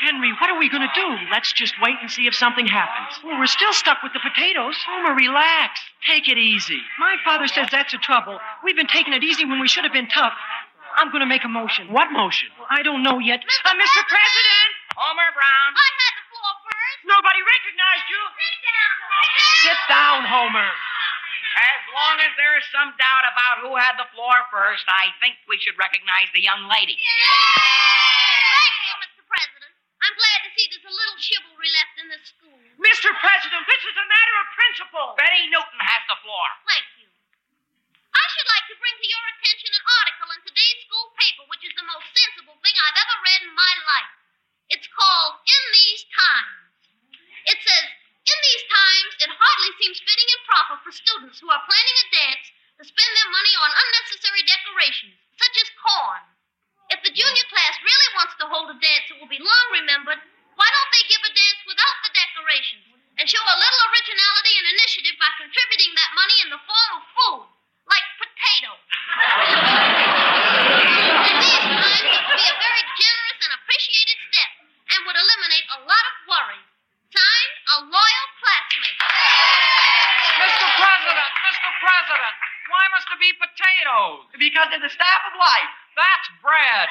Henry, what are we going to do? Let's just wait and see if something happens. Well, we're still stuck with the potatoes. Homer, relax. Take it easy.
My father says that's a trouble. We've been taking it easy when we should have been tough. I'm going to make a motion.
What motion?
Well, I don't know yet. Mr. Uh, Mr. President!
Homer Brown.
I had the floor first.
Nobody recognized you.
Sit down.
Sit down, Homer.
I
As long as there is some doubt about who had the floor first, I think we should recognize the young lady.
Thank you, Mr. President. I'm glad to see there's a little chivalry left in this school.
Mr. President, this is a matter of principle. Betty Newton has the floor.
Thank you. I should like to bring to your attention an article in today's school paper, which is the most sensible thing I've ever read in my life. It's called In These Times. It says, In these times, it hardly seems fitting and proper for students who are planning a dance to spend their money on unnecessary decorations, such as corn. If the junior class really wants to hold a dance that will be long remembered, why don't they give a dance without the decorations and show a little originality and initiative by contributing that money in the form of food, like potatoes? In these times, it would be a very generous and appreciated step and would eliminate a lot of worries. Signed, a loyal classmate.
Mr. President, Mr. President, why must there be potatoes? Because they're the staff of life. That's bread.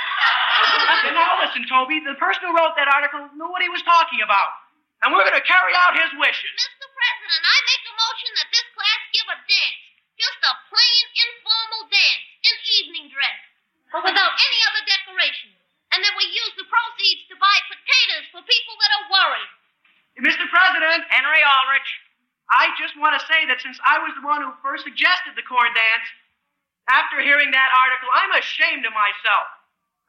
Okay, now listen, Toby. The person who wrote that article knew what he was talking about. And we're going to carry out his wishes.
Mr. President, I make a motion that this class give a dance. Just a plain, informal dance in evening dress, but without any other decoration. And that we use the proceeds to buy potatoes for people that are worried.
Mr. President.
Henry Aldrich.
I just want to say that since I was the one who first suggested the corn dance, after hearing that article, I'm ashamed of myself.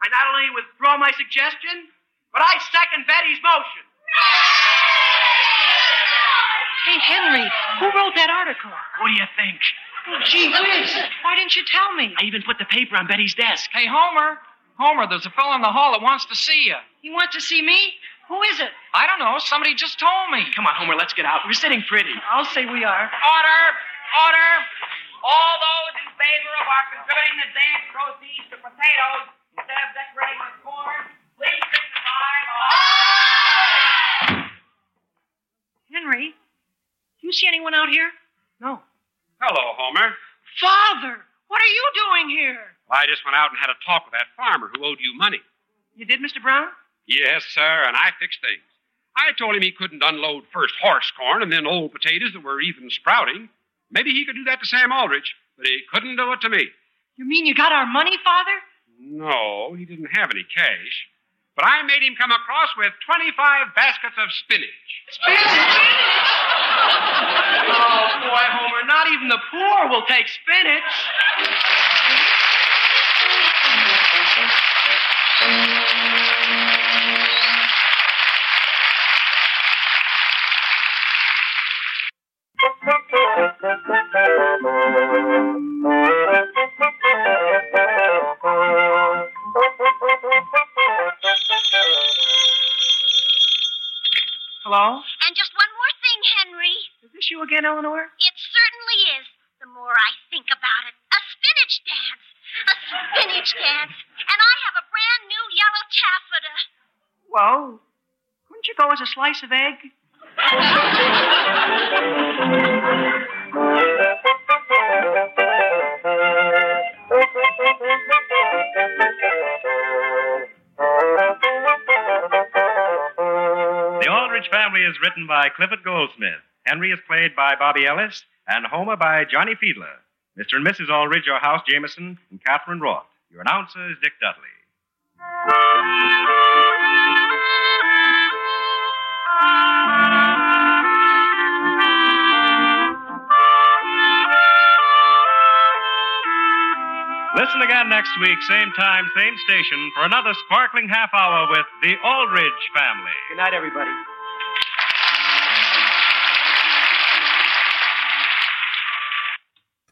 I not only withdraw my suggestion, but I second Betty's motion.
Hey, Henry, who wrote that article?
What do you think? Oh,
Gee whiz, why didn't you tell me?
I even put the paper on Betty's desk.
Hey, Homer. Homer, there's a fellow in the hall that wants to see you.
He wants to see me? Who is it?
I don't know. Somebody just told me.
Come on, Homer, let's get out. We're sitting pretty.
I'll say we are.
Order, order. All those in favor of our contributing the dance proceeds to potatoes instead of decorating with corn, please signify by...
Henry, do you see anyone out here? No.
Hello, Homer.
Father, what are you doing here?
Well, I just went out and had a talk with that farmer who owed you money.
You did, Mr. Brown?
Yes, sir, and I fixed things. I told him he couldn't unload first horse corn and then old potatoes that were even sprouting. Maybe he could do that to Sam Aldrich, but he couldn't do it to me.
You mean you got our money, Father?
No, he didn't have any cash. But I made him come across with 25 baskets of spinach.
Oh, boy, Homer, not even the poor will take spinach. Hello?
And just one more thing, Henry.
Is this you again, Eleanor?
It certainly is. The more I think about it, a spinach dance. A spinach dance. And I have a brand new yellow taffeta.
Well, couldn't you go as a slice of egg?
The Aldrich Family is written by Clifford Goldsmith. Henry is played by Bobby Ellis, and Homer by Johnny Fiedler. Mr. and Mrs. Aldrich are House Jameson and Catherine Roth. Your announcer is Dick Dudley. Listen again next week, same time, same station, for another sparkling half hour with the Aldrich Family.
Good night, everybody.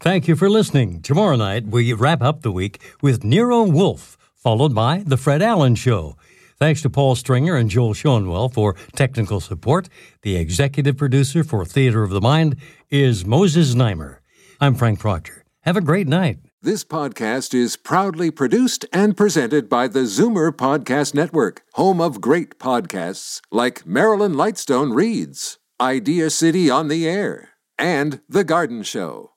Thank you for listening. Tomorrow night, we wrap up the week with Nero Wolf, followed by The Fred Allen Show. Thanks to Paul Stringer and Joel Schoenwell for technical support. The executive producer for Theater of the Mind is Moses Neimer. I'm Frank Proctor. Have a great night.
This podcast is proudly produced and presented by the Zoomer Podcast Network, home of great podcasts like Marilyn Lightstone Reads, Idea City on the Air, and The Garden Show.